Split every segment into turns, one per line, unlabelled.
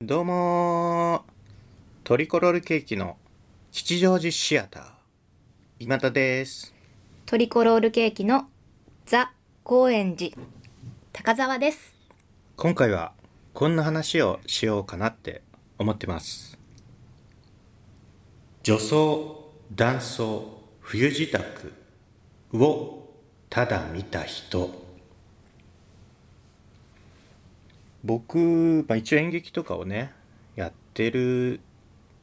どうもートリコロールケーキの吉祥寺シアター今田です
トリコロールケーキのザ・高円寺高沢です
今回はこんな話をしようかなって思ってます女装男装冬支度をただ見た人僕、まあ、一応演劇とかをねやってる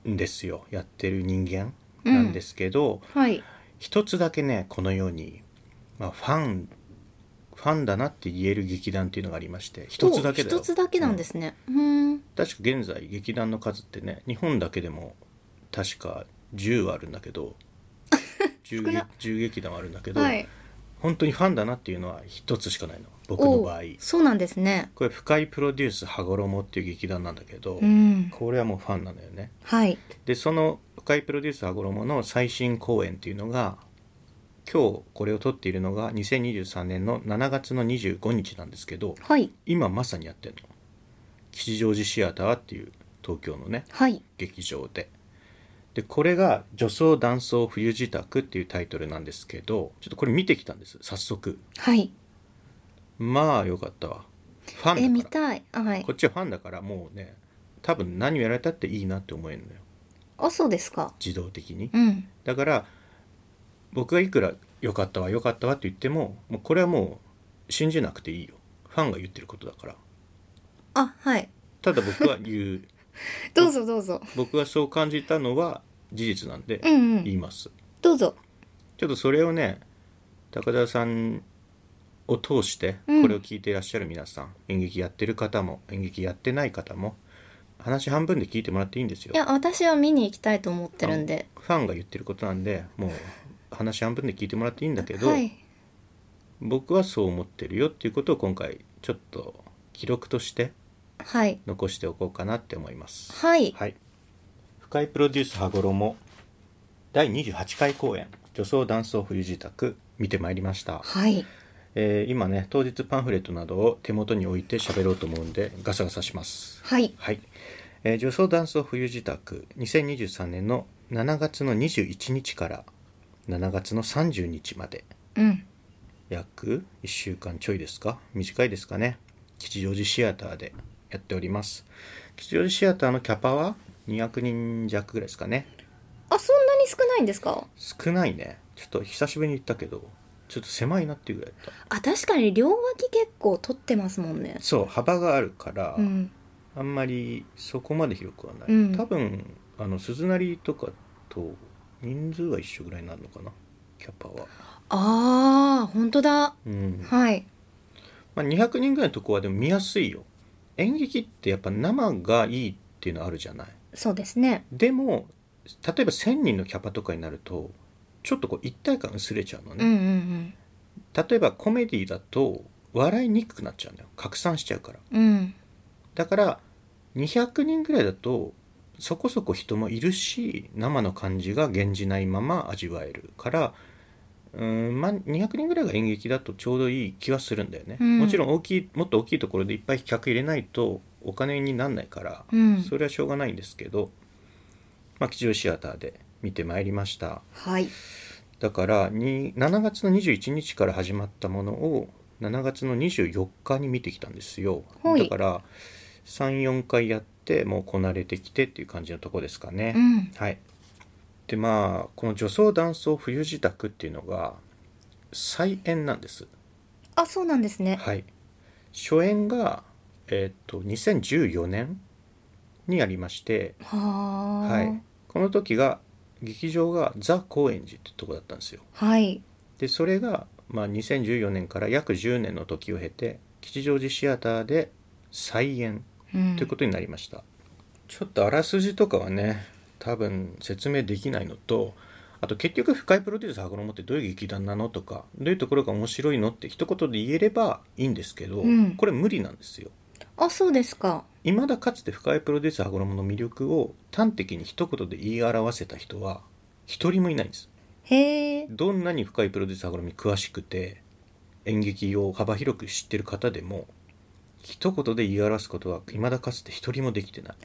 んですよやってる人間なんですけど、
はい
一つだけねこのように、まあ、ファンファンだなって言える劇団っていうのがありまして一つだけだよ
お一つだけなんですねうんん
確か現在劇団の数ってね日本だけでも確か10あるんだけ ど 10, 劇
な
10劇団あるんだけど、
はい
本当にファンだなっていうのは一つしかないの僕の場合
おそうなんですね
これ深井プロデュース羽衣っていう劇団なんだけど、
うん
これはもうファンなのよね
はい
でその深井プロデュース羽衣の最新公演っていうのが今日これを撮っているのが2023年の7月の25日なんですけど
はい
今まさにやってるの吉祥寺シアターっていう東京のね
はい
劇場ででこれが「女装男装冬支度」っていうタイトルなんですけどちょっとこれ見てきたんです早速
はい
まあよかったわファンだから
え見たいはい
こっちはファンだからもうね多分何をやられたっていいなって思えるのよ
あそうですか
自動的に
うん
だから僕がいくら「良かったわ良かったわ」って言ってももうこれはもう信じなくていいよファンが言ってることだから
あはい
ただ僕は言 う
どうぞどうぞ
僕がそう感じたのは事実なんで
うんう
言い
ん
ます、
どうぞ
ちょっとそれをね高田さんを通して
うん
これを聞いていらっしゃる皆さん、演劇やってる方も演劇やってない方も話半分で聞いてもらっていいんですよ
いや私は見に行きたいと思ってるんで
ファンが言ってることなんでもう話半分で聞いてもらっていいんだけど、
はい
僕はそう思ってるよっていうことを今回ちょっと記録として
はい
残しておこうかなって思います
はい
はい深井プロデュース羽衣第28回公演女装男装冬支度見てまいりました、
はい
えー今ね当日パンフレットなどを手元に置いて喋ろうと思うんでガサガサします
はい
はい、えー女装ダンス冬支度2023年の7月の21日から7月の30日まで
うん
約1週間ちょいですか短いですかね吉祥寺シアターでやっております吉祥寺シアターのキャパは200人弱ぐらいですかね
あそんなに少ないんですか
少ないねちょっと久しぶりに行ったけどちょっと狭いなっていうぐらいだっ
あ確かに両脇結構取ってますもんね
たそう幅があるから、
うん
あんまりそこまで広くはない、
うん
多分あの鈴なりとかと人数は一緒ぐらいになるのかなキャパは、
ああ本当だ
うん
はい
まあ、200人ぐらいのとこはでも見やすいよ演劇ってやっぱ生がいいっていうのあるじゃない
そうですね
でも例えば1,000人のキャパとかになるとちょっとこう一体感薄れちゃうの
う
ね、
んうんうん
例えばコメディだと笑いにくくなっちゃうんだよ拡散しちゃうから
うん
だから200人ぐらいだとそこそこ人もいるし生の感じが減じないまま味わえるからうーんまあ200人ぐらいが演劇だとちょうどいい気はするんだよね、
うん
もちろん大きいもっと大きいところでいっぱい客入れないとお金になんないから、
うん
それはしょうがないんですけど、まあ、吉祥寺シアターで見てまいりました
はい
だからに7月の21日から始まったものを7月の24日に見てきたんですよ
ほ
だ
い
から34回やってもうこなれてきてっていう感じのとこですかね、
うん
はいでまあこの「女装男装冬支度」っていうのが再演なんです
あそうなんですね
はい初演がえっ、と2014年にありまして
はあ
はいこの時が劇場がザ・高円寺ってとこだったんですよ
はい
でそれが、まあ、2014年から約10年の時を経て吉祥寺シアターで再演
うん
ということになりました、ちょっとあらすじとかはね多分説明できないのとあと結局深井プロデュース箱のってどういう劇団なのとかどういうところが面白いのって一言で言えればいいんですけど、
うん
これ無理なんですよ
あそうですか
未だかつて深井プロデュース箱のの魅力を端的に一言で言い表せた人は一人もいないんです
へえ
どんなに深いプロデューサー好み詳しくて演劇を幅広く知ってる方でも一言で言い表すことは未だかつて一人もできてない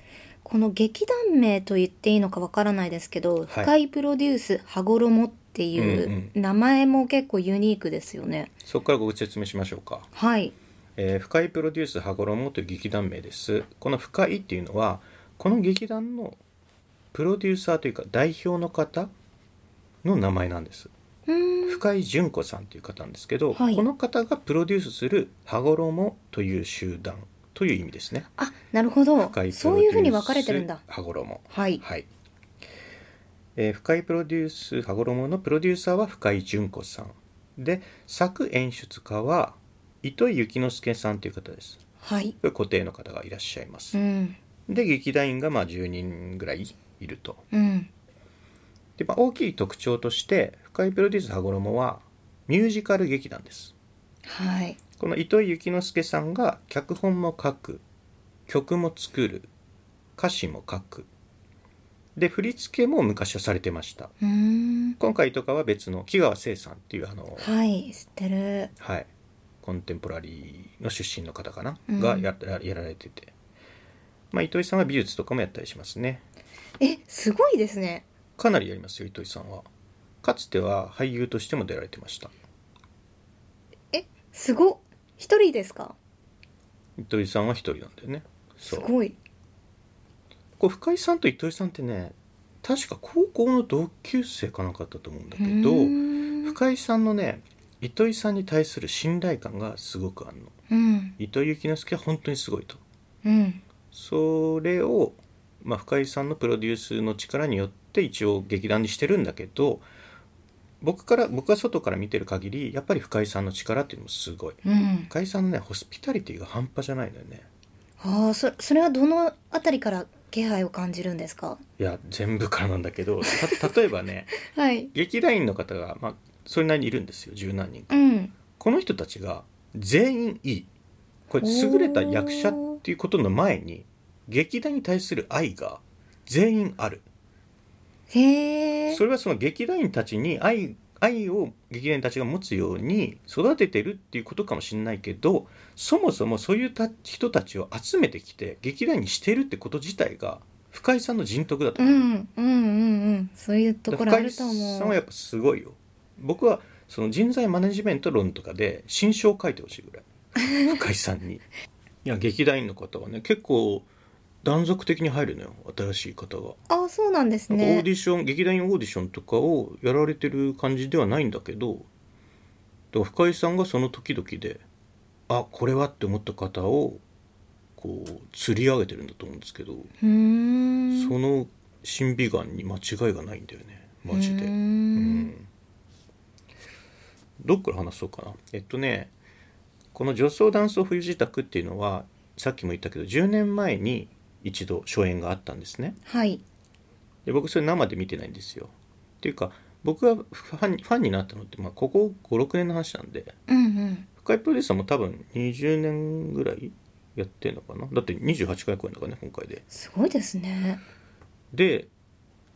この劇団名と言っていいのかわからないですけど、
い
深いプロデュース羽衣っていう名前も結構ユニークですよね。
そこからご説明しましょうか
はい。
えー深井プロデュース羽衣という劇団名ですこの深井っていうのはこの劇団のプロデューサーというか代表の方の名前なんです
うーん。
深井純子さんという方なんですけど、
はい
この方がプロデュースする羽衣という集団という意味ですね
あ、なるほど
深。井プロ
そ
デュ
うい
ー
う
ス
ふうに分かれてるんだ。
羽衣
はい。
はい、えー深井プロデュース羽衣のプロデューサーは深井純子さんで作演出家は糸井幸之助さんという方です
はい。
これ固定の方がいらっしゃいま
う
す、
ん。
で劇団員がまあ10人ぐらいいると
うん。
で、まあ、大きい特徴として深井プロデュース羽衣はミュージカル劇団です
はい。
この糸井幸之助さんが脚本も書く曲も作る歌詞も書くで振り付けも昔はされてました
うーん。
今回とかは別の木川誠さんっていうあの、
はい。知ってる。
はい、コンテンポラリーの出身の方かな、
うん
がやややられてて、まあ、糸井さんは美術とかもやったりしますね
え、すごいですね。
かなりやりますよ糸井さんはかつては俳優としても出られてました
え、すごっ。一人ですか
糸井さんは一人なんだよねそ
す
う
ごい。
こう深井さんと糸井さんってね確か高校の同級生かなんかだったと思うんだけ
う
ど
ーん
深井さんのね糸井さんに対する信頼感がすごくあるの
うん。
糸井幸之助は本当にすごいと
うん。
それを、まあ、深井さんのプロデュースの力によって一応劇団にしてるんだけど僕から僕が外から見てる限りやっぱり深井さんの力っていうのもすごい
うん。
深井さんのねホスピタリティが半端じゃないのよね
ああ、そ、それはどのあたりから気配を感じるんですか
いや全部からなんだけどた 例えばね
はい。
劇団員の方が、まあ、それなりにいるんですよ十何人か
うん。
この人たちが全員いいこれ優れた役者っていうことの前に劇団に対する愛が全員ある
へえ。
それはその劇団員たちに愛愛を劇団員たちが持つように育ててるっていうことかもしれないけどそもそもそういうた人たちを集めてきて劇団員にしてるってこと自体が深井さんの人徳だと
う
思う、
んうんうんうん。そういうところあ
深井
ると
さ
思う。
んはやっぱすごいよ僕はその人材マネジメント論とかで新書を書いてほしいぐら い深井さんにいや劇団員の方はね結構断続的に入るのよ新しい方が。
あ、そうなんです
なんかオー
ね
デ。ィション、劇団員オーディションとかをやられてる感じではないんだけどだから深井さんがその時々であこれはって思った方をこう釣り上げてるんだと思うんですけど、
うーん。
その審美眼に間違いがないんだよねマジで
うー。
うんんどっから話そうかなえっとねこの「女装男装冬支度」っていうのはさっきも言ったけど10年前に一度初演があったんですね
はい。
で僕それ生で見てないんですよっていうか僕がファンファンになったのって、まあ、ここ56年の話なんで
うんうん。
深井プロデューサーも多分20年ぐらいやってんのかなだって28回公演だからね今回です
ごいですね。
で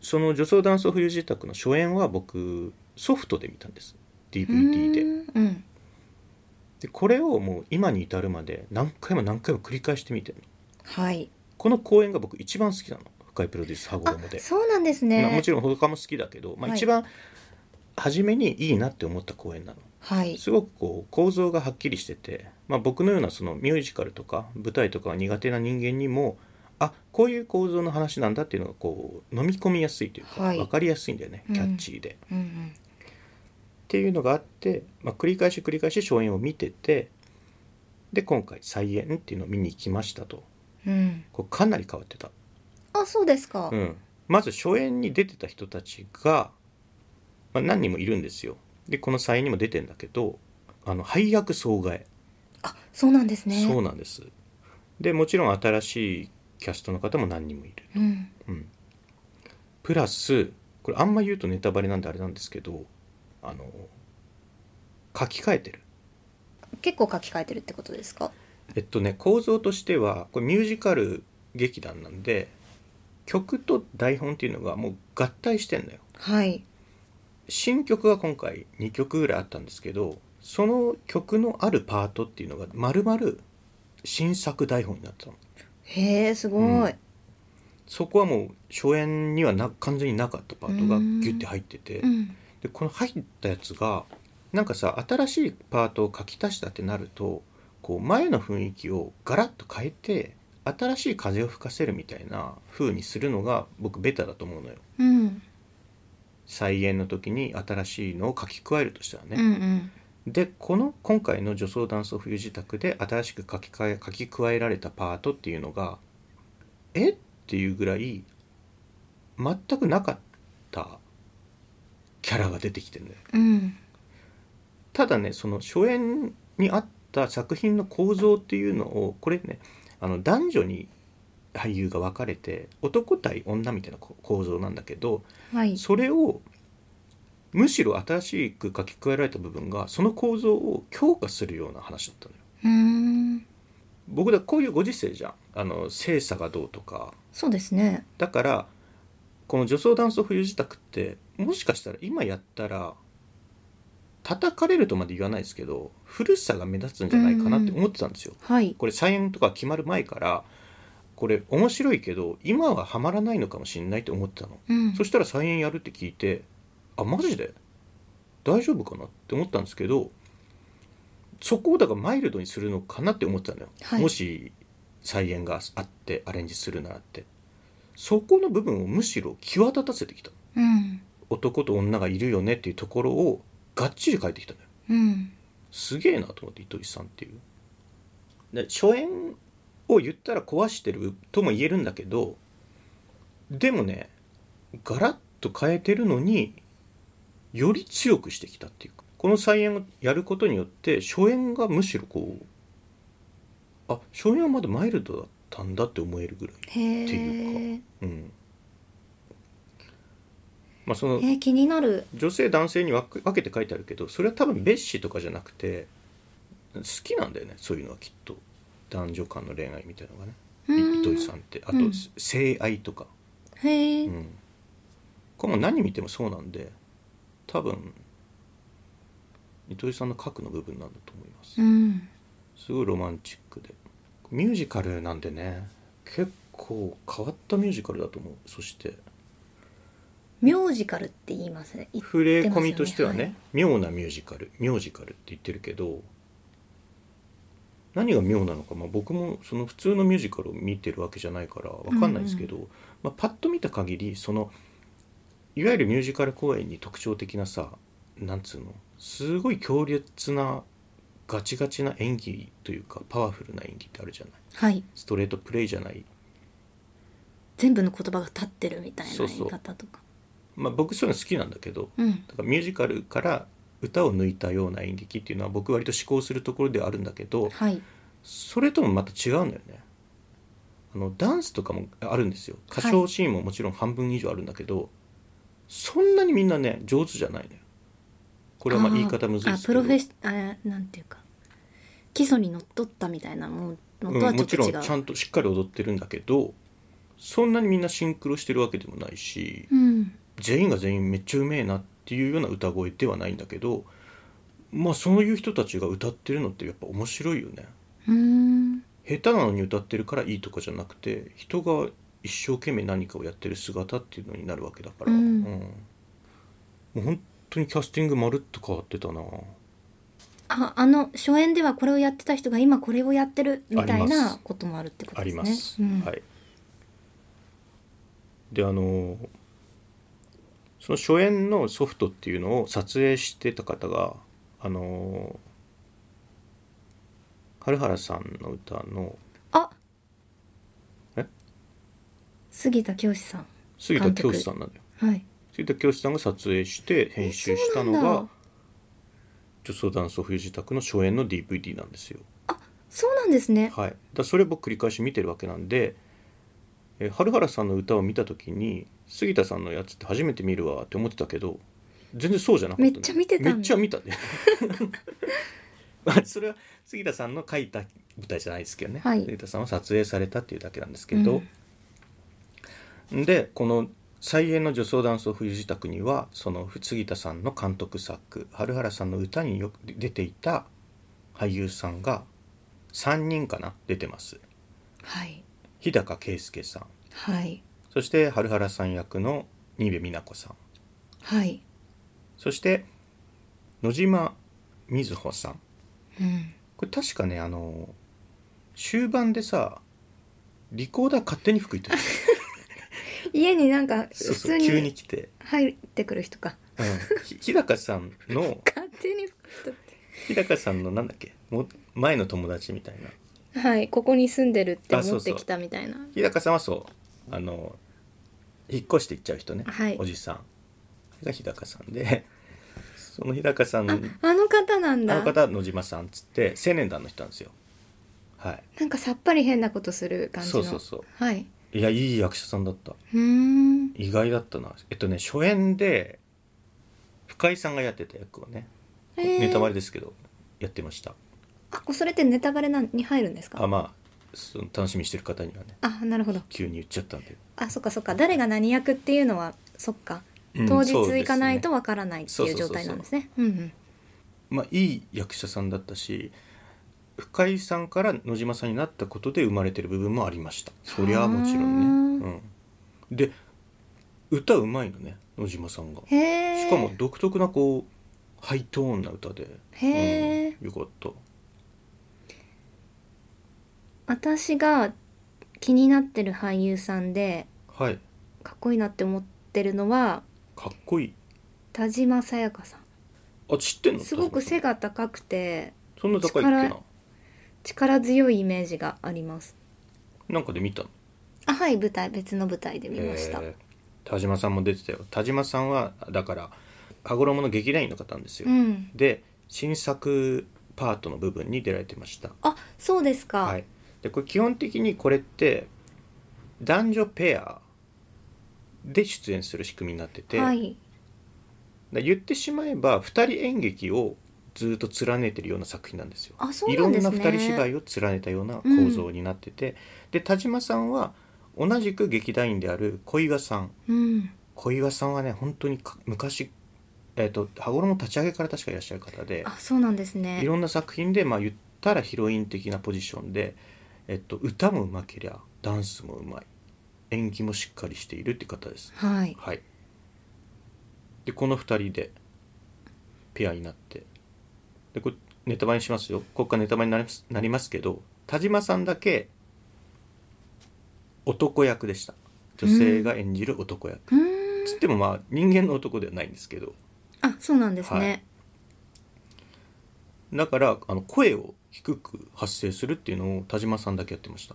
その女装男装冬支度の初演は僕ソフトで見たんです DVD で
うーんうん。
でこれをもう今に至るまで何回も何回も繰り返して見てるの
はい。
この公演が僕一番好きなの深井プロデュース羽
あ
衣、で
そうなんです
まあも
ね
ち。ろん他も好きだけど、まあ、
はい
一番初めにいいなって思った公演なの、
はい。
すごくこう構造がはっきりしてて、まあ、僕のようなそのミュージカルとか舞台とかが苦手な人間にもあこういう構造の話なんだっていうのがこう飲み込みやすいというか、
はい
分かりやすいんだよね
うん
キャッチーで、っ
うんうん。
ていうのがあって、まあ、繰り返し繰り返し初演を見ててで今回再演っていうのを見に行きましたと
うん。
こうかなり変わってた
あ、そうですか。
うん、まず初演に出てた人たちが、まあ、何人もいるんですよでこの再演にも出てんだけどあの配役総替
あ、そうなんです
え、
ね。
そうなんですでもちろん新しいキャストの方も何人もいる
うん。
プラスこれあんま言うとネタバレなんであれなんですけどあの書き換えてる
結構書き換えてるってことですか。
えっとね構造としてはこれミュージカル劇団なんで曲と台本っていうのがもう合体してんのよ
はい。
新曲が今回2曲ぐらいあったんですけどその曲のあるパートっていうのが丸々新作台本になったの
へえすごい、
そこはもう初演にはな完全になかったパートがギュッて入ってて、
うん
でこの入ったやつがなんかさ新しいパートを書き足したってなるとこう前の雰囲気をガラッと変えて新しい風を吹かせるみたいな風にするのが僕ベタだと思うのよ
うん
再演の時に新しいのを書き加えるとしたらね、
うんうん
でこの今回の「女装男装冬支度」で新しく書き換え書き加えられたパートっていうのがえっていうぐらい全くなかったキャラが出てきてるんだよ
うん
ただねその初演にあった作品の構造っていうのをこれねあの男女に俳優が分かれて男対女みたいなこ構造なんだけど
はい
それをむしろ新しく書き加えられた部分がその構造を強化するような話だったのよ
うーん
僕だこういうご時世じゃんあの性差がどうとか
そうですね
だからこの女装男装冬支度ってもしかしたら今やったら叩かれるとまで言わないですけど古さが目立つんじゃないかなって思ってたんですよ、
はい
これ再演とか決まる前からこれ面白いけど今はハマらないのかもしれないって思ってたの
うん
そしたら再演やるって聞いてあマジで大丈夫かなって思ったんですけどそこをだからマイルドにするのかなって思ってたのよ、
はい
もし再演があってアレンジするならってそこの部分をむしろ際立たせてきた
うん
男と女がいるよねっていうところをがっちり変えてきたのよ
うん
すげえなと思って糸井さんっていうで初演を言ったら壊してるとも言えるんだけどでもねガラッと変えてるのにより強くしてきたっていうかこの再演をやることによって初演がむしろこうあ初演はまだマイルドだったんだって思えるぐらい
へ
って
え
いうかうんまあその
えー気になる
女性男性に分け分けて書いてあるけどそれは多分蔑視とかじゃなくて好きなんだよねそういうのはきっと男女間の恋愛みたいなのがね
う
い
ん
糸井さんってあと、
うん
性愛とか、
へえ、
うん、これも何見てもそうなんで多分糸井さんの核の部分なんだと思います
うん
すごいロマンチックでミュージカルなんでね結構変わったミュージカルだと思うそして
ミュージカルって言いますねい
触れ込みとしてはね
言っ
妙なミュージカルミュージカルって言ってるけど何が妙なのか、まあ、僕もその普通のミュージカルを見てるわけじゃないから分かんないですけど、まあ、パッと見た限りそのいわゆるミュージカル公演に特徴的なさなんつうのすごい強烈なガチガチな演技というかパワフルな演技ってあるじゃない
はい
ストレートプレイじゃない
全部の言葉が立ってるみたいな
そう
言
そう
い方とか
まあ僕そういうの好きなんだけど
うん
だからミュージカルから歌を抜いたような演劇っていうのは僕割と思考するところではあるんだけど
はい
それともまた違うんだよねあのダンスとかもあるんですよ歌唱シーンももちろん半分以上あるんだけど、そんなにみんなね上手じゃないのよこ
こ
れはまあ言い方むずいです
プ
けど
ロフェッシあなんていうか基礎にのっとったみたいなもの
う
とは
ん、
ちょ
もち
っと違う、
ろんちゃんとしっかり踊ってるんだけどそんなにみんなシンクロしてるわけでもないし、
うん
全員が全員めっちゃうめえなっていうような歌声ではないんだけどまあそういう人たちが歌ってるのってやっぱ面白いよね
うーん
下手なのに歌ってるからいいとかじゃなくて人が一生懸命何かをやってる姿っていうのになるわけだから、
うん
もう本当にキャスティングまるっと変わってたな
ああの初演ではこれをやってた人が今これをやってるみたい
ありま
な
す
こともあるってこと
あり
ですね
ます、
うん
はいであのその初演のソフトっていうのを撮影してた方があの春原さんの歌の
あ
え
杉田教師さん
杉田教師さんなんだよ
はい
杉田教師さんが撮影して編集したの
えそうなん
が
だ
「女装男装冬支度」の初演の DVD なんですよ
そうなんですね
はい、だからそれ僕繰り返し見てるわけなんで、えー春原さんの歌を見た時に杉田さんのやつって初めて見るわって思ってたけど全然そうじゃなかったね、
めっちゃ見てたんだ
めっちゃ見た ね まあそれは杉田さんの書いた舞台じゃないですけどね、
はい
杉田さんは撮影されたっていうだけなんですけど、でこの「再演の女装男装冬支度」にはその杉田さんの監督作春原さんの歌によく出ていた俳優さんが3人かな出てます
はい
日高圭介さん
はい
そして春原さん役の新部美奈子さん
はい
そして野島瑞穂さん
うん
これ確かねあの終盤でさリコーダー勝手に吹くいてる
家になんか
そうそ
普通
う急に
に
来て、
入ってくる人か
うん、ひ日高さんの
勝手に人って
日高さんのなんだっけもう前の友達みたいな
はいここに住んでるって
あそう
思っ
そう
てきたみたいな
日高さんはそうあの引っ越していっちゃう人ね、
はい
おじさんが日高さんで その日高さんあ
あの方なんだ
の方は野島さんっつって青年団の人なんですよはい
なんかさっぱり変なことする感じの
そうそうそう
はい
いやいい役者さんだった
うーん
意外だったなえっとね初演で深井さんがやってた役をね、
えー
ネタバレですけどやってました
あこそれってネタバレなんに入るんですか
あまあその楽しみにしてる方にはね
あなるほど
急に言っちゃったんで
あそっかそっか誰が何役っていうのはそっか
うん
当日
そうですね
行かないとわからないって
そう
い
そううそうそう
状態なんですねうんうん
まあいい役者さんだったし深井さんから野島さんになったことで生まれてる部分もありましたそりゃあもちろんね、うん、で歌うまいのね野島さんが
へえ
しかも独特なこうハイトーンな歌で、
へー
うんよかった
私が気になってる俳優さんで
はい
かっこいいなって思ってるのは
かっこいい
田島さやかさん
あ知ってんの
すごく背
が
が高くて
そんな高いっけな
力力強いイメージがあります
なんかで見たの
あはい舞台別の舞台で見ました
えー田島さんも出てたよ田島さんはだから羽衣の劇団員の方なんですよ、
うん
で新作パートの部分に出られてました
あそうですか、
はい、でこれ基本的にこれって男女ペアで出演する仕組みになってて、
はい
だ言ってしまえば2人演劇をずっと連ねてるような作品なんですよ。
あそう
い
な
ろ
ん
ん
です
な
ね
2人芝居を連ねたような構造になってて、で田島さんは同じく劇団員である小岩さん
うん
小岩さんはね本当にか昔、えー、と羽衣立ち上げから確かいらっしゃる方で
あそうなんですね
いろんな作品で、まあ、言ったらヒロイン的なポジションで、えっと、歌もうまけりゃダンスもうまい演技もしっかりしているって方です
はい
はいでこの2人でペアになってでこれネタバレにしますよここからネタバレになりますなりますけど田島さんだけ男役でした女性が演じる男役、
うーん
つってもまあ人間の男ではないんですけど
あそうなんですね、
はいだからあの声を低く発声するっていうのを田島さんだけやってました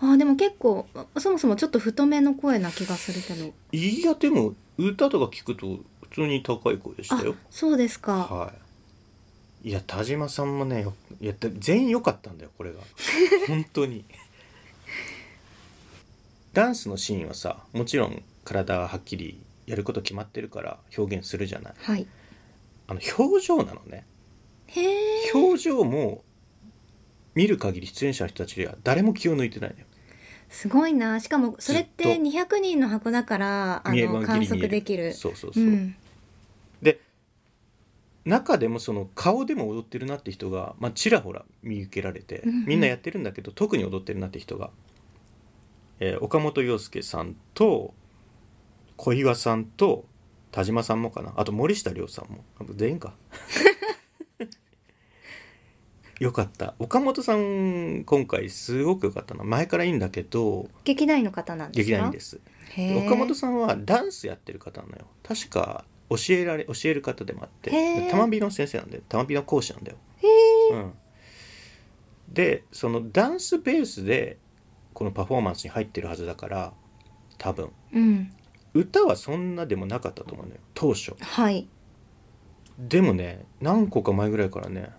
あーでも結構そもそもちょっと太めの声な気がするけど
いやでも歌とか聞くと普通に高い声でした
あ
よ
そうですか
はいいや田島さんもねよいやで全員良かったんだよこれが本当に ダンスのシーンはさもちろん体ははっきりやること決まってるから表現するじゃない
はい
あの表情なのね
へえ
表情も見る限り出演者の人たちは誰も気を抜いてないのよ
すごいなしかもそれっ
ずってと
200人の箱だからあ
見えば
の
ギリ
観
見え
測できる
そうそうそう、
ん、
で中でもその顔でも踊ってるなって人が、まあ、ちらほら見受けられて
うんうん
みんなやってるんだけど特に踊ってるなって人が、えー岡本洋介さんと小岩さんと田島さんもかなあと森下亮さんも全員 かよかった岡本さん今回すごくよかったな前からいいんだけど
劇団員の方なんですか
劇団員です
へー
岡本さんはダンスやってる方なのよ確か教えられ教える方でもあって
へー
で玉美の先生なんで玉美の講師なんだよ、
へ
うん、でそのダンスベースでこのパフォーマンスに入ってるはずだから多分
ーうん
歌はそんなでもなかったと思うのよ当初
はい
でもね何個か前ぐらいからね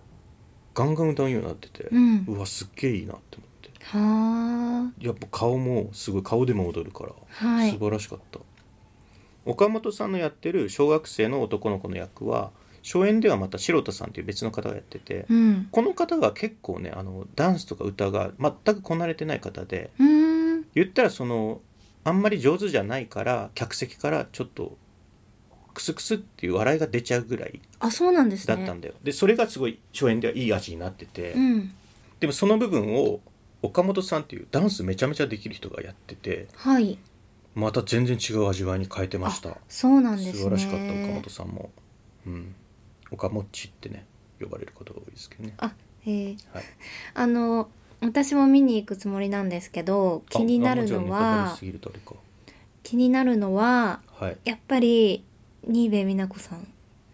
ガンガン歌うようになってて、
うん
うわすっげえいいなって思って
はあ
やっぱ顔もすごい顔でも踊るから、
はい
素晴らしかった岡本さんのやってる小学生の男の子の役は初演ではまた城田さんという別の方がやってて、
うん
この方が結構ねあのダンスとか歌が全くこなれてない方で
うーん
言ったらそのあんまり上手じゃないから客席からちょっとクスクスっていう笑いが出ちゃうぐらい
あそうなんです
だ
ね
ったんだよでそれがすごい初演ではいい味になってて、
うん
でもその部分を岡本さんっていうダンスめちゃめちゃできる人がやってて
はい
また全然違う味わいに変えてました
そうなんですね
素晴らしかった岡本さんもうん岡もっちってね呼ばれることが多いですけどね
あえー
はい
あの私も見に行くつもりなんですけど気になるの
あも
は
ちろんネタバレすぎるとあれか
気になるのは
はい
やっぱり新部美奈子さん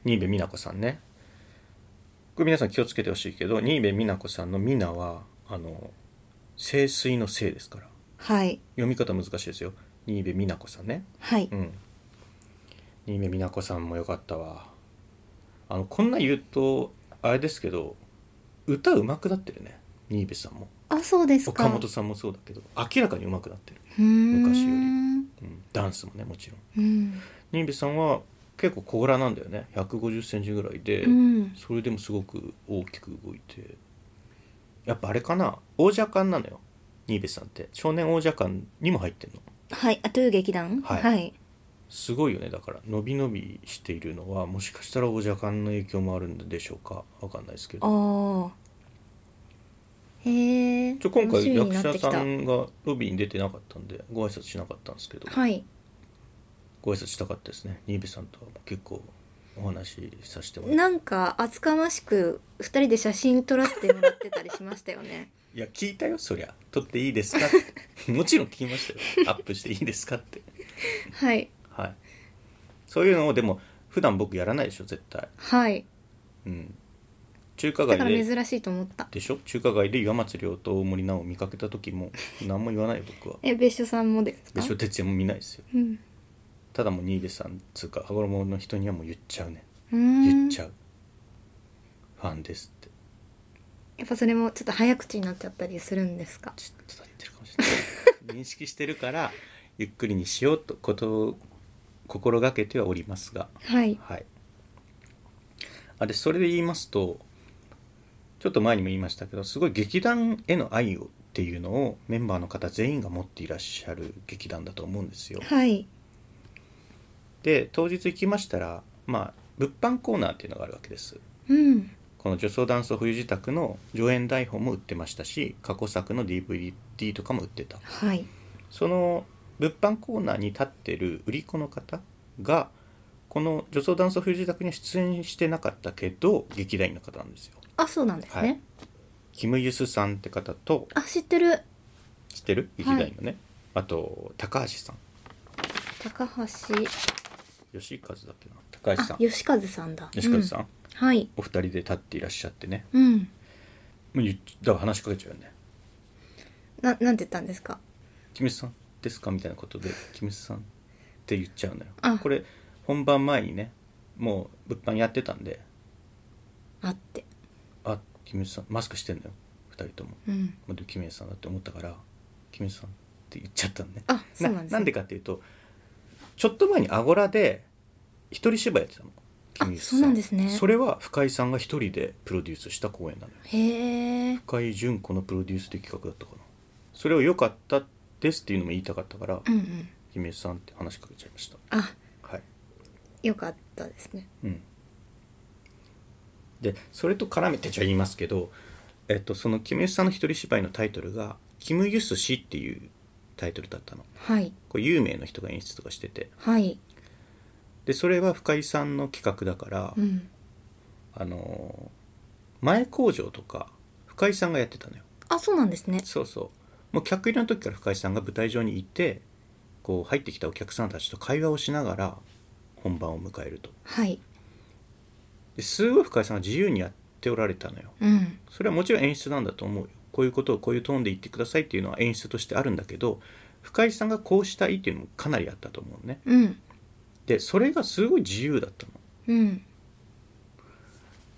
新部美奈子さんねこれ皆さん気をつけてほしいけど新部美奈子さんの「美奈」はあの清水の「清」ですから
はい
読み方難しいですよ新部美奈子さんね
はい、
うん新部美奈子さんもよかったわあのこんな言うとあれですけど歌うまくなってるね新部さんも
あそうですか
岡本さんもそうだけど明らかにうまくなってる、昔
昔
より
うん
うん、ダンスもねもちろん
うん、
新部さんは結構小柄なんだよね1 5 0ンチぐらいで、
うん、
それでもすごく大きく動いてやっぱあれかな王者感なのよ新部さんって少年王者感にも入ってんの
はいあという劇団
はい
はい、
すごいよねだから伸び伸びしているのはもしかしたら王者感の影響もあるんでしょうかわかんないですけ
あ
ど
ーへえ
ちょ今回役者さ
ん
んがロビーに出てなかったんでご挨拶しなかったんですけど
はい
ご挨拶したかったですね新部さんとは結構お話しさせてもらって
なんか厚かましく二人で写真撮らせてもらってたりしましたよ ね
いや聞いたよそりゃ撮っていいですか ってもちろん聞きました よアップしていいですかって
はい
はい、そういうのをでも普段僕やらないでしょ絶対、
はい
うん、中華
だから
街で
珍しいと思った
でしょ中華街で岩松亮と大森奈を見かけた時 も何も言わない僕は
え別所さんもですか
別所哲也も見ないですよ
うん
ただもう新部さんつうか羽衣の人にはもう言っちゃうね
うーん
言っちゃうファンですって
やっぱそれもちょっと早口になっちゃったりするんですか
ちょっと言ってるかもしれな い認識してるからゆっくりにしようとことを心がけてはおりますが
はい
はい、あでそれで言いますとちょっと前にも言いましたけどすごい劇団への愛をっていうのをメンバーの方全員が持っていらっしゃる劇団だと思うんですよ。
はい
で当日行きましたらまあ物販コーナーっていうのがあるわけです。
うん
この女装ダンス冬自宅の上演台本も売ってましたし過去作の DVD とかも売ってた
はい
その物販コーナーに立ってる売り子の方がこの女装ダンス冬支度には出演してなかったけど劇団員の方なんですよ
あそうなんですね、
はいキム・ユスさんって方と
あ知ってる
知ってる劇団員のね、あと高橋さん
高橋
吉和だっけな高橋さ
あ
ん
吉和さんだ
吉和さん、
うんはい
お二人で立っていらっしゃってね
うん
もう言っだから話しかけちゃうよね
ななんて言ったんですか
「キムさんですか?」みたいなことで「キムさん」って言っちゃうのよ
あ
これ本番前にねもう物販やってたんで
あって
あキムさんマスクしてんだよ2人とも
うん
まあでキムさんだって思ったからキムさんって言っちゃったのね
あそうなんですね
なんでかっていうとちょっと前にアゴラで一人芝居やってたのキムユスさ
あそうなんですね
それは深井さんが一人でプロデュースした公演なのよ
へえ
深井純子のプロデュースで企画だったかなそれを良かったですっていうのも言いたかったから、
うんうん
キムさんって話しかけちゃいました
あ
はい
よかったですね
うん、でそれと絡めてじゃあ言いますけど、えっと、そのキム・ユスさんの一人芝居のタイトルが「キム・ユス氏」っていうタイトルだったの
はい
これ有名な人が演出とかしてて
はい
でそれは深井さんの企画だから、
うん
あのー前工場とか深井さんがやってたのよ
あそうなんですね
そうそうもう客入りの時から深井さんが舞台上にいてこう入ってきたお客さんたちと会話をしながら本番を迎えると
はい
ですごい深井さんが自由にやっておられたのよ
うん
それはもちろん演出なんだと思うよこういうことをこういうトーンで言ってくださいっていうのは演出としてあるんだけど深井さんがこうしたいっていうのもかなりあったと思うね
うん
でそれがすごい自由だったの
うん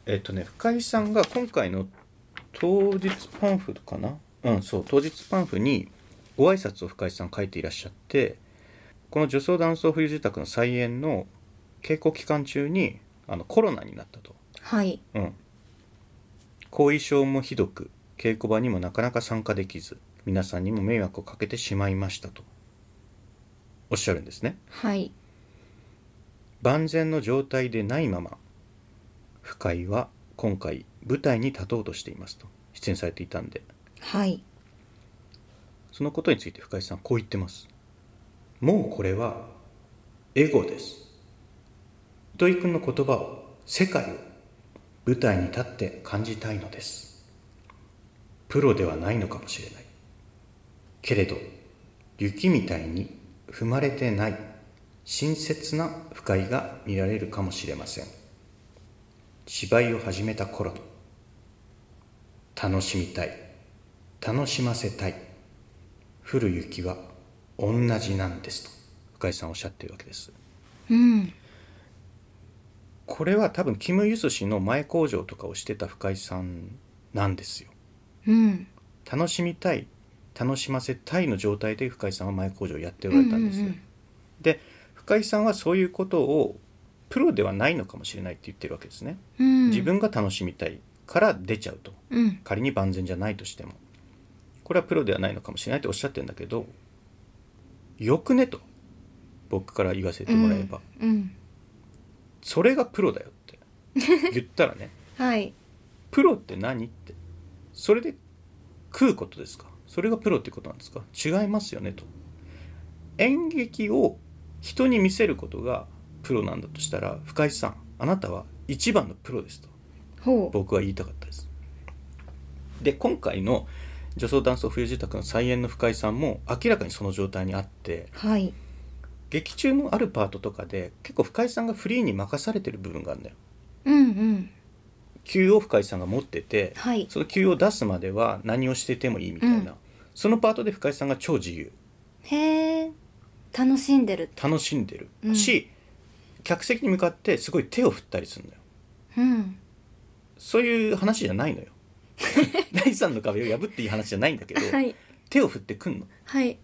えっとね深井さんが今回の当日パンフかなうんそう当日パンフにご挨拶を深井さん書いていらっしゃってこの女装男装冬自宅の再演の稽古期間中にあのコロナになったと
はい
うん、後遺症もひどく稽古場にもなかなか参加できず皆さんにも迷惑をかけてしまいましたとおっしゃるんですね
はい
万全の状態でないまま深井は今回舞台に立とうとしていますと出演されていたんで
はい
そのことについて深井さんはこう言ってますもうこれはエゴです糸井君の言葉を世界を舞台に立って感じたいのですプロではないのかもしれないけれど雪みたいに踏まれてない親切な深井が見られるかもしれません芝居を始めた頃と楽しみたい楽しませたい降る雪は同じなんですと深井さんおっしゃってるわけです
うん
これは多分キム・ユス氏の前工場とかをしてた深井さんなんですよ
うん
楽しみたい楽しませたいの状態で深井さんは前工場をやっておられたんです、
うんうんうん
で深井さんはそういうことをプロではないのかもしれないって言ってるわけですね、
うん
自分が楽しみたいから出ちゃうと
うん
仮に万全じゃないとしてもこれはプロではないのかもしれないとおっしゃってるんだけどよくねと僕から言わせてもらえば、
うん
それがプロだよって言ったらね
はい
プロって何ってそれで食うことですかそれがプロってことなんですか違いますよねと演劇を人に見せることがプロなんだとしたら深井さんあなたは一番のプロですと
ほう
僕は言いたかったですで今回の女装男装冬自宅の再演の深井さんも明らかにその状態にあって
はい
劇中のあるパートとかで結構深井さんがフリーに任されてる部分があるんだよ
うんうん
球を深井さんが持ってて、
はい
その球を出すまでは何をしててもいいみたいな、
うん
そのパートで深井さんが超自由
へえ楽しんでる
楽しんでる、
うん
し客席に向かってすごい手を振ったりするんだよ
うん
そういう話じゃないの よ第三の壁を破っていい話じゃないんだけど、
はい
手を振ってくんの
はい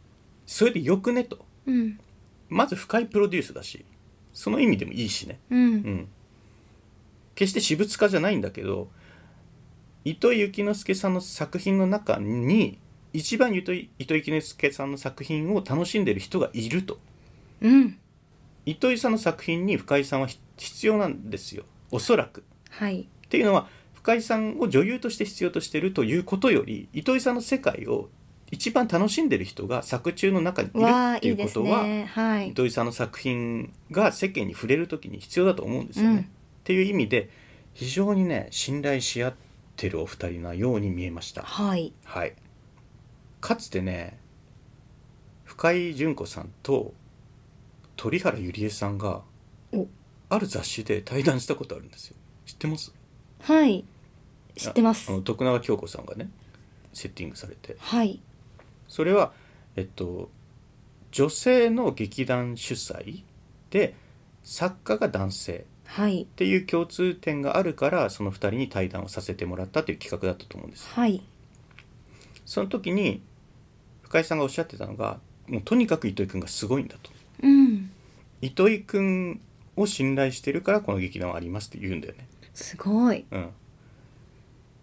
それでよくねと
うん
まず深いプロデュースだしその意味でもいいしね
う
うんん決して私物化じゃないんだけど糸井幸之助さんの作品の中に一番糸井糸井幸之助さんの作品を楽しんでる人がいると
うん
糸井さんの作品に深井さんはひ必要なんですよおそらく。
はい
っていうのは深井さんを女優として必要としてるということより糸井さんの世界を一番楽しんでる人が作中の中にいる
わあ
っ
い
てい
いうで
こ
す
とは
ねはい
糸井さんの作品が世間に触れる時に必要だと思うんですよね。
うん
っていう意味で非常にね信頼し合ってるお二人なように見えました。
はい
はい、かつてね深井純子さんと鳥原ゆりえさんが
お
ある雑誌で対談したことあるんですよ。知ってます
はい知ってます
あの徳永京子さんがねセッティングされて
はい
それはえっと女性の劇団主催で作家が男性
はい
っていう共通点があるからその2人に対談をさせてもらったという企画だったと思うんです
はい
その時に深井さんがおっしゃってたのがもうとにかく糸井君がすごいんだと
うん
糸井君を信頼してるからこの劇団はありますって言うんだよね
すごい
うん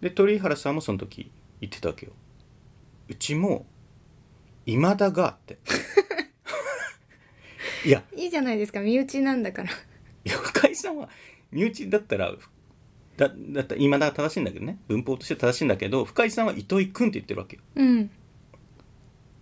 で鳥原さんもその時言ってたわけようちも今田があって いや
いいじゃないですか身内なんだから
いや深井さんは身内だったらだだったら今田が正しいんだけどね文法として正しいんだけど深井さんは糸井君って言ってるわけよ
うん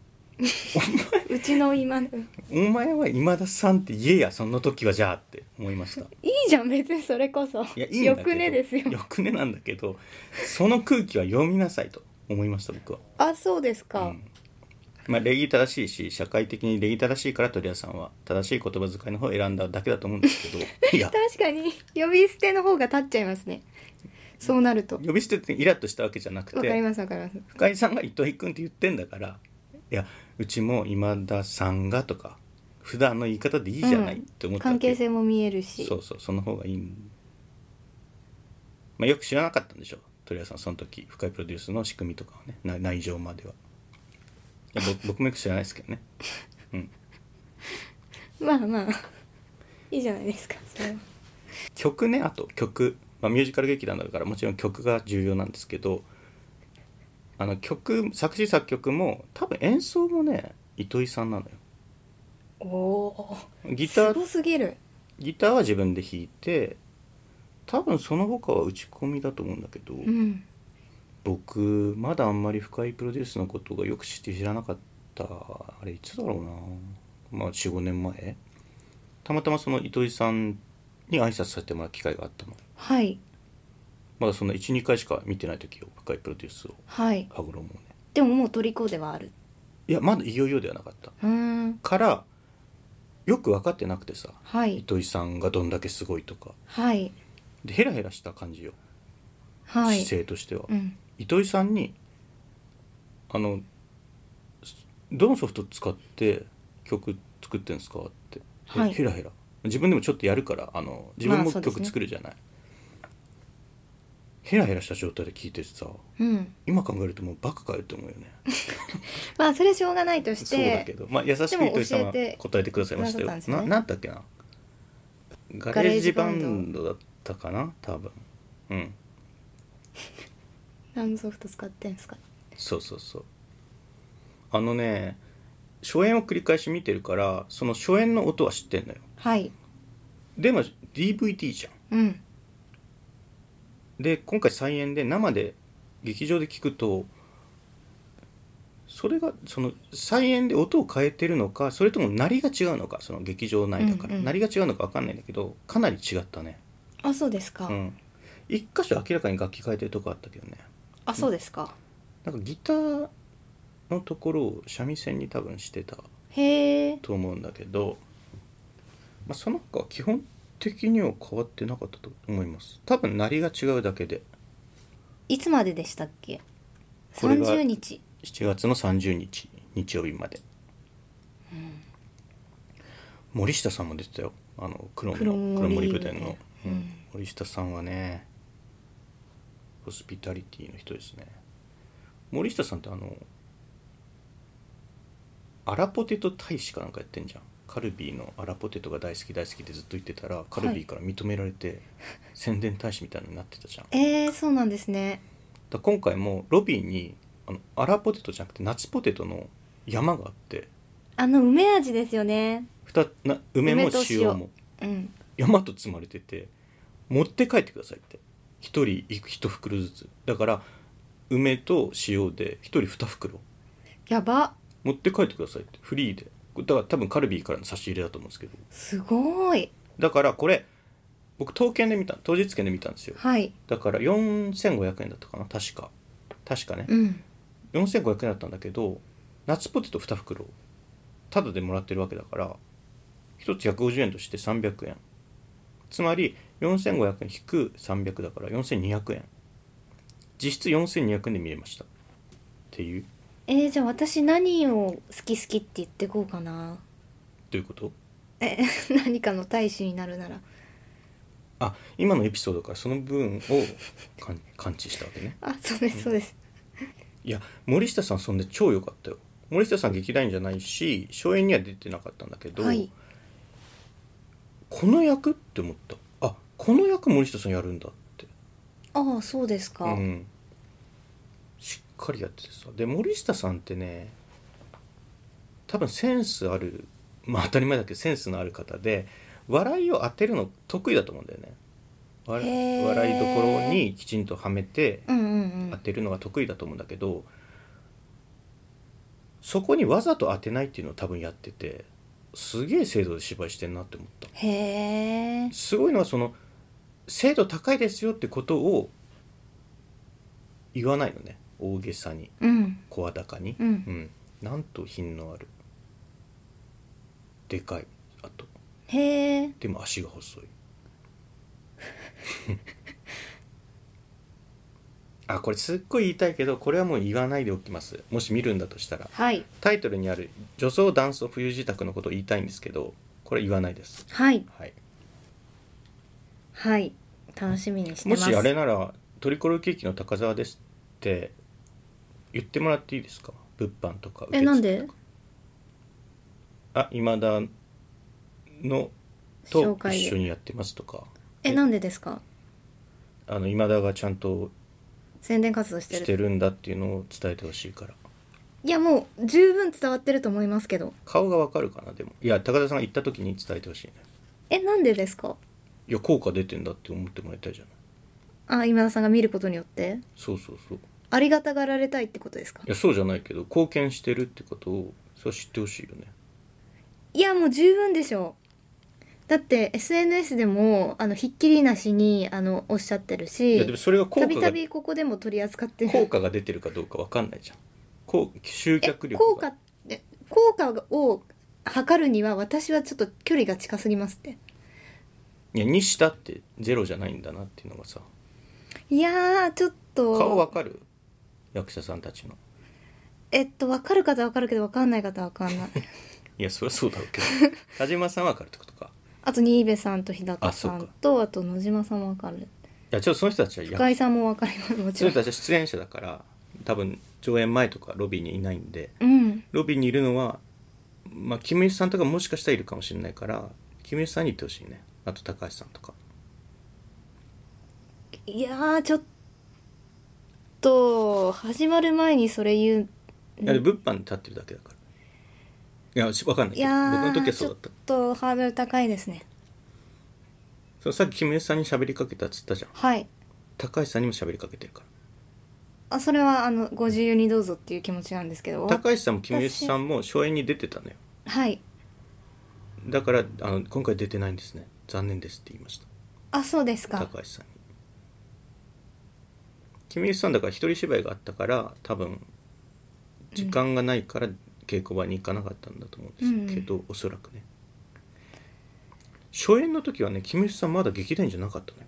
うちの今の
お前は今田さんって言えやその時はじゃあって思いま した
いいじゃん別にそれこそ
いやいいんだ
よ
けど
くねですよ
よくねなんだけどその空気は読みなさいと思いました僕は
あそうですか、
うんまあ、礼儀正しいし社会的に礼儀正しいから鳥谷さんは正しい言葉遣いの方を選んだだけだと思うんですけ どいや
確かに呼び捨ての方が立っちゃいますねそうなると
呼び捨ててイラッとしたわけじゃなく
わかり
て
ますわかります
深井さんが糸井君って言ってんだからいやうちも今田さんがとか普段の言い方でいいじゃない、
うん
って思ったわ
関
け
係性も見えるし
そうそうその方がいいんまあよく知らなかったんでしょう鳥谷さんその時深いプロデュースの仕組みとかはねな内情まではいや僕僕もよく知らないですけどね
まあまあいいじゃないですかそれは
曲ねあと曲、まあ、ミュージカル劇団だからもちろん曲が重要なんですけどあの曲作詞作曲も多分演奏もね糸井さんなのよ
おお
ギタ
す
ー
ごすぎる
ギターは自分で弾いて多分その他は打ち込みだと思うんだけど、
うん
僕まだあんまり深いプロデュースのことがよく知って知らなかったあれいつだろうなまあ45年前たまたまその糸井さんに挨拶させてもらう機会があったの
はい
まだそんな12回しか見てない時よ深いプロデュースを
はい
羽衣もね
でももう虜ではある
いやまだいよいよではなかった
うーん
からよく分かってなくてさ
はい
糸井さんがどんだけすごいとか
はい
でヘラヘラした感じよ、
はい
姿勢としては、
うん
糸井さんに「あのすどのソフト使って曲作ってんですか?」って、へ
はい
ヘラヘラ自分でもちょっとやるからあの自分
まあ
も
そうですね
曲作るじゃない、ヘラヘラした状態で聴いててさ
うん
今考えるともうバカかよって思うよね
まあそれはしょうがないとし
そうだけ
て
ど、まあ、優しく
でも
糸井さんは
教えて
答えてくださいましたよ
くださったんですよ
な
ね
なんだっけなガ
ガ
レ
レ
ー
ー
ジ
ジ
バ
バンド
ンドだったかな多分うん
何のソフト使ってんすか
そうそうそうあのね初演を繰り返し見てるからその初演の音は知ってんのよ
はい
でも DVD じゃ
うん
んで今回再演で生で劇場で聞くとそれがその再演で音を変えてるのかそれとも鳴りが違うのかその劇場内だから、
うんうん
鳴りが違うのか分かんないんだけどかなり違ったね
あそうですか、
うん一箇所明らかに楽器変えてるとこあったけどね
あそうですか
なんかギターのところを三味線に多分してた
へえ
と思うんだけど、まあ、その他は基本的には変わってなかったと思います多分鳴りが違うだけで
いつまででしたっけ
これが
30日
7月の30日日曜日まで、森下さんも出てたよあの黒
黒
森
森
黒森部殿の、うん
うん
森下さんはねホスピタリティの人ですね森下さんってあのアラポテト大使かなんかやってんじゃんカルビーのアラポテトが大好き大好きでずっと言ってたらカルビーから認められて、宣伝大使みたいになってたじゃん
えー、そうなんですね
だから今回もロビーにあのアラポテトじゃなくて夏ポテトの山があって
あの梅味ですよね
ふたな梅も
梅と
塩
塩
も
うん
山と積まれてて持って帰ってくださいって一人い一袋ずつだから梅と塩で一人二袋
やば
持って帰ってくださいってフリーでだから多分カルビーからの差し入れだと思うんですけど
すごい
だからこれ僕当券で見た当日券で見たんですよ
はい
だから4500円だったかな確か確かね
うん
4500円だったんだけど夏ポテト2袋タダでもらってるわけだから1つ150円として300円つまり4500円引く300だから4200円実質4200円で見れましたっていう
えー、じゃあ私何を好き好きって言ってこうかな
どういうこと
え何かの大使になるなら
あ今のエピソードからその部分を感 感知したわけね
あそうですそうです
いや森下さんそんで超良かったよ森下さん劇団員じゃないし初演には出てなかったんだけど、
はい
この役って思ったあこの役森下さんやるんだって
ああそうですか、
うん、しっかりやっててさで森下さんってね多分センスあるまあ当たり前だけどセンスのある方で笑いを当てるの得意だと思うんだよね笑
へー
笑いどころにきちんとはめて
うんうんう
当
ん
てるのが得意だと思うんだけどそこにわざと当てないっていうのを多分やっててすげえ精度で芝居してんなって思った
へえ
すごいのはその精度高いですよってことを言わないのね大げさに
うん
声高に
うん
うん、なんと品のあるでかいあと
へえ
でも足が 細いあこれすっごい言いたいけどこれはもう言わないでおきますもし見るんだとしたら
はい
タイトルにある「女装ダンス冬支度」のことを言いたいんですけどこれ言わないです
はい
はい
はい楽しみにして
も
ます
しあれなら「トリコロールケーキの高沢です」って言ってもらっていいですか物販とか
え
受付とか
なんで
あ今田の
紹
と
介で
一緒にやってますとか
えなんでですか
あの今田がちゃんと
宣伝活動して
し
る
てるんだっていうのを伝えてほしいから
いやもう十分伝わってると思いますけど
顔がわかるかなでもいや高田さんが行った時に伝えてほしいね
えなんでですか
いや効果出てんだって思ってもらいたいじゃない
あ今田さんが見ることによって
そうそうそう
ありがたがられたいってことですか
いやそうじゃないけど貢献してるってことをそれは知ってほしいよね
いやもう十分でしょだって SNS でもあのひっきりなしにあのおっしゃってる
いやでも
し
それが効
た
果
び
が
たびここでも取り扱ってる
効果が出てるかどうかわかんないじゃんこう集
え
客力
効
が
果え効果を測るには私はちょっと距離が近すぎますって
いやにしたってゼロじゃないんだなっていうのがさ
いやーちょっと
顔わかる役者さんたちの
えっと分かる方は分かるけど分かんない方は分かんない
いやそりゃそうだろう けど田島さんわかるってことか
あと新部さんと日高さ
あそ
ん
うか
とあと野島さんも分かる
いやちょっとその人たちは役
深井さんも分かりますもち
そ
ろ
の人
ん
たちは出演者だから多分上演前とかロビーにいないんで
うん
ロビーにいるのはまあキム・イルさんとかもしかしたらいるかもしれないからキム・イルさんに言ってほしいねあと高橋さんとか
いやーちょっと始まる前にそれ言う
いや物販に立ってるだけだからいやしわかんない
い
けど
や
僕
ー
の時はそうだった
ちょっとハードル高いですね
そうさっきキム・イルさんに喋りかけたっつったじゃん
はい
高橋さんにも喋りかけてるから
あそれはあのご自由にどうぞっていう気持ちなんですけど
高橋さんもキム・イルさんも初演に出てたのよ
はい
だからあの今回出てないんですね残念ですって言いまし
あそうです
た
か
高橋さんにキム・イルさんだから一人芝居があったから多分時間がないから稽古場に行かなかったんだと思うんですけど、おそらくね初演の時はねキム・イルさんまだ劇団員じゃなかったのよ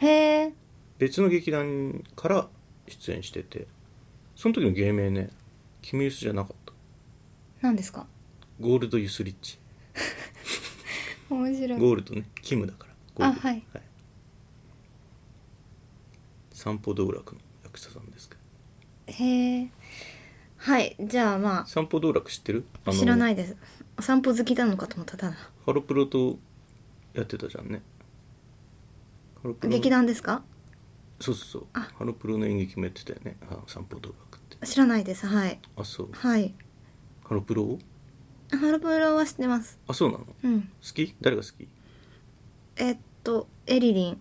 へえ
別の劇団から出演しててその時の芸名ねキム・ユスじゃなかった
何ですか
ゴールド・ユスリッチ
面白い
ゴールドねキムだからゴールド
あはい
散歩道楽の役者さんですけど
へえはいじゃあま
散歩道楽知ってる
あ知らないいですお散歩好きなのかと思ったただ
ハロプロとやってたじゃんねハロプロの
劇団ですか
そうそうそう
あ
ハロプロの演劇もやってたよねあ散歩道楽って
知らないですはい
あそう
はい
ハロプロを
ハロプロは知ってます
あそうなの好
うん
き誰が好き
えっとエリリン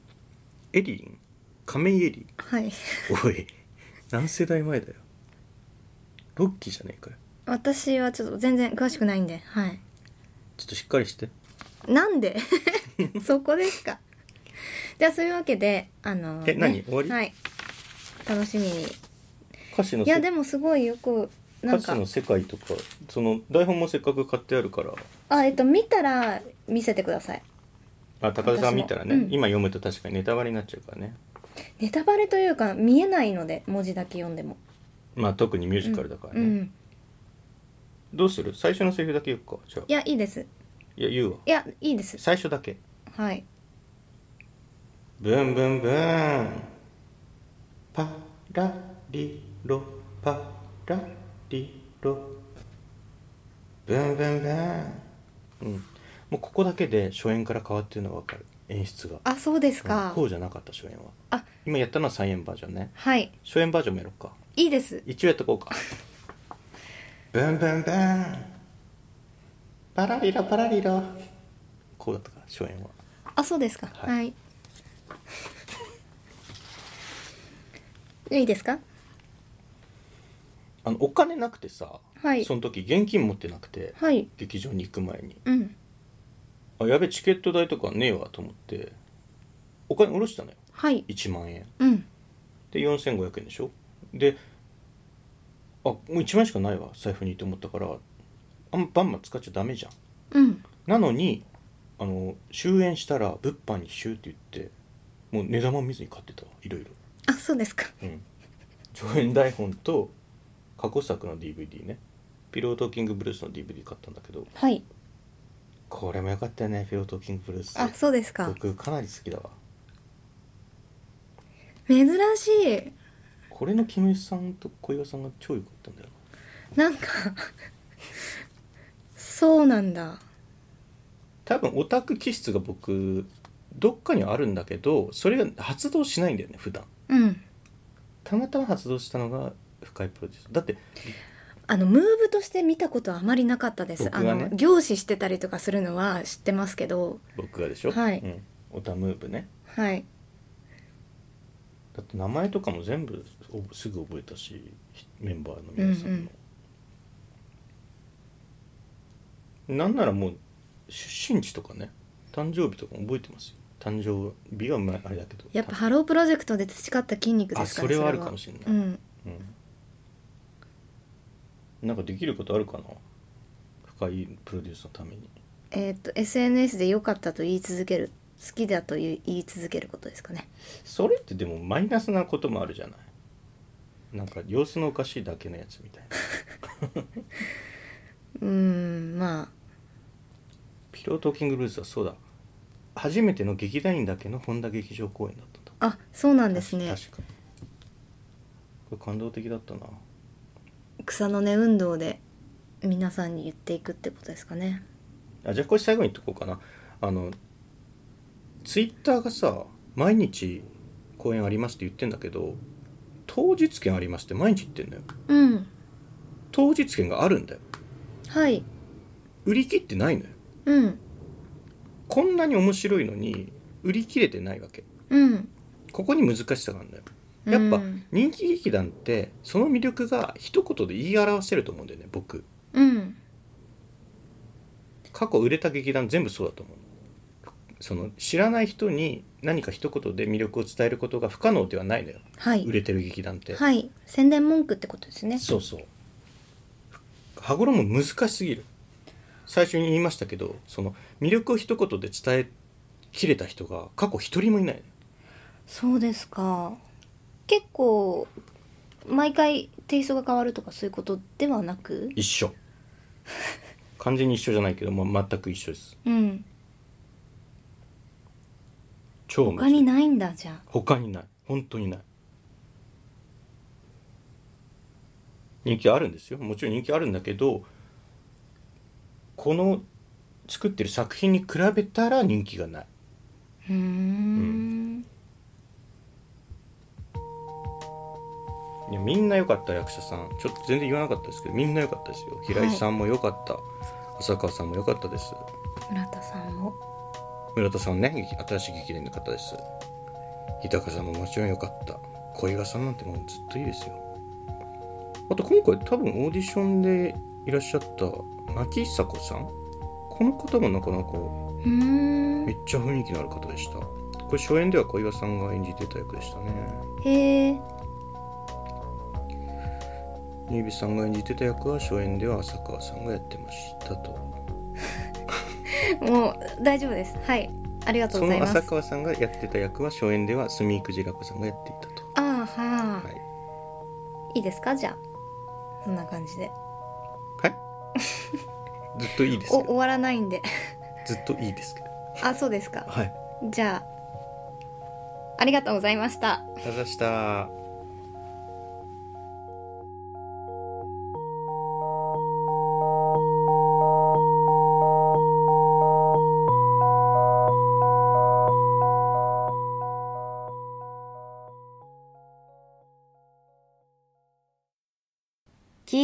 エリリン亀井エリ
はい
おい何世代前だよロッキーじゃねえかよ
私はちょっと全然詳しくないんではい
ちょっとしっかりして
なんで そこですかじゃあそういうわけであの
え何終わり
はい楽しみにい
歌詞のせ
やでもすごいよくなん
歌
か
詞の世界とかその台本もせっかく買ってあるから
あえっと見たら見せてください
あ高田さん見たらね、
私もうん
今読むと確かにネタバレになっちゃうからね
ネタバレというか見えないので文字だけ読んでも
まあ特にミュージカルだからね、
うん
どうする最初のセリフだけ言うかじゃあ
いやいいです
いや言うわ
いやいいです
最初だけ
はい
ブンブンブーンパラリロパラリロブンブンブーンうんもうここだけで初演から変わってるのが分かる演出が
あそうですか、
うんこうじゃなかった初演は
あ
今やったのは再演バージョンね
はい
初演バージョンもやろうか
いいです
一応やっとこうかブンブンブーンパラリロパラリロこうだったから初演は
あそうですか
は
はいい、い、い ですか
あのお金なくてさ、
はい
その時現金持ってなくて、
はい
劇場に行く前に
うん
あやべチケット代とかねえわと思ってお金下ろしたのよ
はい
1万円
うん
で4500円でしょであもう1万円しかないわ財布にと思ったからあんまバンバン使っちゃダメじゃん
うん
なのにあの終演したら物販にしようって言ってもう値段も見ずに買ってたわいろいろ
あそうですか
うん上演台本と過去作の DVD ねピロートーキングブルースの DVD 買ったんだけど
はい
これも良かったよねピロートーキングブルース
あそうですか
僕かなり好きだわ
珍しい
これのキムさんと小岩さんが超良かったんだよな
なんかそうなんだ
多分オタク気質が僕どっかにはあるんだけどそれが発動しないんだよね普段
うん
たまたま発動したのが深いプロデュースだって
あのムーブとして見たことはあまりなかったです、
僕
あ
はね
の凝視してたりとかするのは知ってますけど
僕がでしょ、
はい
うん、オタムーブね
はい
だって名前とかも全部おすぐ覚えたしひメンバーの皆さんの、
うん
なんならもう出身地とかね誕生日とかも覚えてますよ誕生日はまああれだけど
やっぱ
た
ハロープロジェクトで培った筋肉で
あ
すか
そ
ら
れはあるかもしれない、
うん
うん、なんかできることあるかな深いプロデュースのために
えっ、と SNS で良かったと言い続ける好きだと言い言い続けることですかね
それってでもマイナスなこともあるじゃないなんか様子のおかしいだけのやつみたいな
うーんまあ
ピロートーキングブルースはそうだ初めての劇団員だけの本田劇場公演だったと
あそうなんですね
確かにこれ感動的だったな
草の根運動で皆さんに言っていくってことですかね
あじゃあこれ最後に言っとこうかなあのツイッターがさ毎日公演ありますって言ってんだけど当日券ありますって毎日言ってんだよ
うん
当日券があるんだよ
はい
売り切ってないのよ
うん
こんなに面白いのに売り切れてないわけ
うん
ここに難しさがあるんだよやっ
う
ぱ
ん
人気劇団ってその魅力が一言で言い表せると思うんだよね僕
うん
過去売れた劇団全部そうだと思うその知らない人に何か一言で魅力を伝えることが不可能ではないのよ
はい
売れてる劇団って、
はい宣伝文句ってことですね
そうそう羽衣も難しすぎる最初に言いましたけどその魅力を一言で伝えきれた人が過去一人もいないのよ
そうですか結構毎回テイストが変わるとかそういうことではなく
一緒完全に一緒じゃないけど、まあ、全く一緒です
うん
超面
他
白い
にないんだじゃあ
他にない本当にない人気あるんですよもちろん人気あるんだけどこの作ってる作品に比べたら人気がないう
ーん
いやみんな良かった役者さんちょっと全然言わなかったですけどみんな良かったですよ平井さんも良かった、浅川さんも良かったです
村田さんも
村田さんね劇新しい劇団の方です日高さんももちろん良かった小岩さんなんてもうずっといいですよあと今回多分オーディションでいらっしゃった牧久子さんこの方もなかなか
うーん
めっちゃ雰囲気のある方でしたこれ初演では小岩さんが演じてた役でしたね
へえ
新ビさんが演じてた役は初演では浅川さんがやってましたと
もう大丈夫ですはいありがとう
そ
ござい
の
ます
浅川さんがやってた役は初演では住井くじら子さんがやっていたと、
ああ
は
は
い
い、いいですかじゃあそんな感じで
はい、ずっといいです
お
け
終
ど
わらないんで
ずっといいですけど
あそうですか
はい
じゃあありがとうございました
ありがとうございました
聞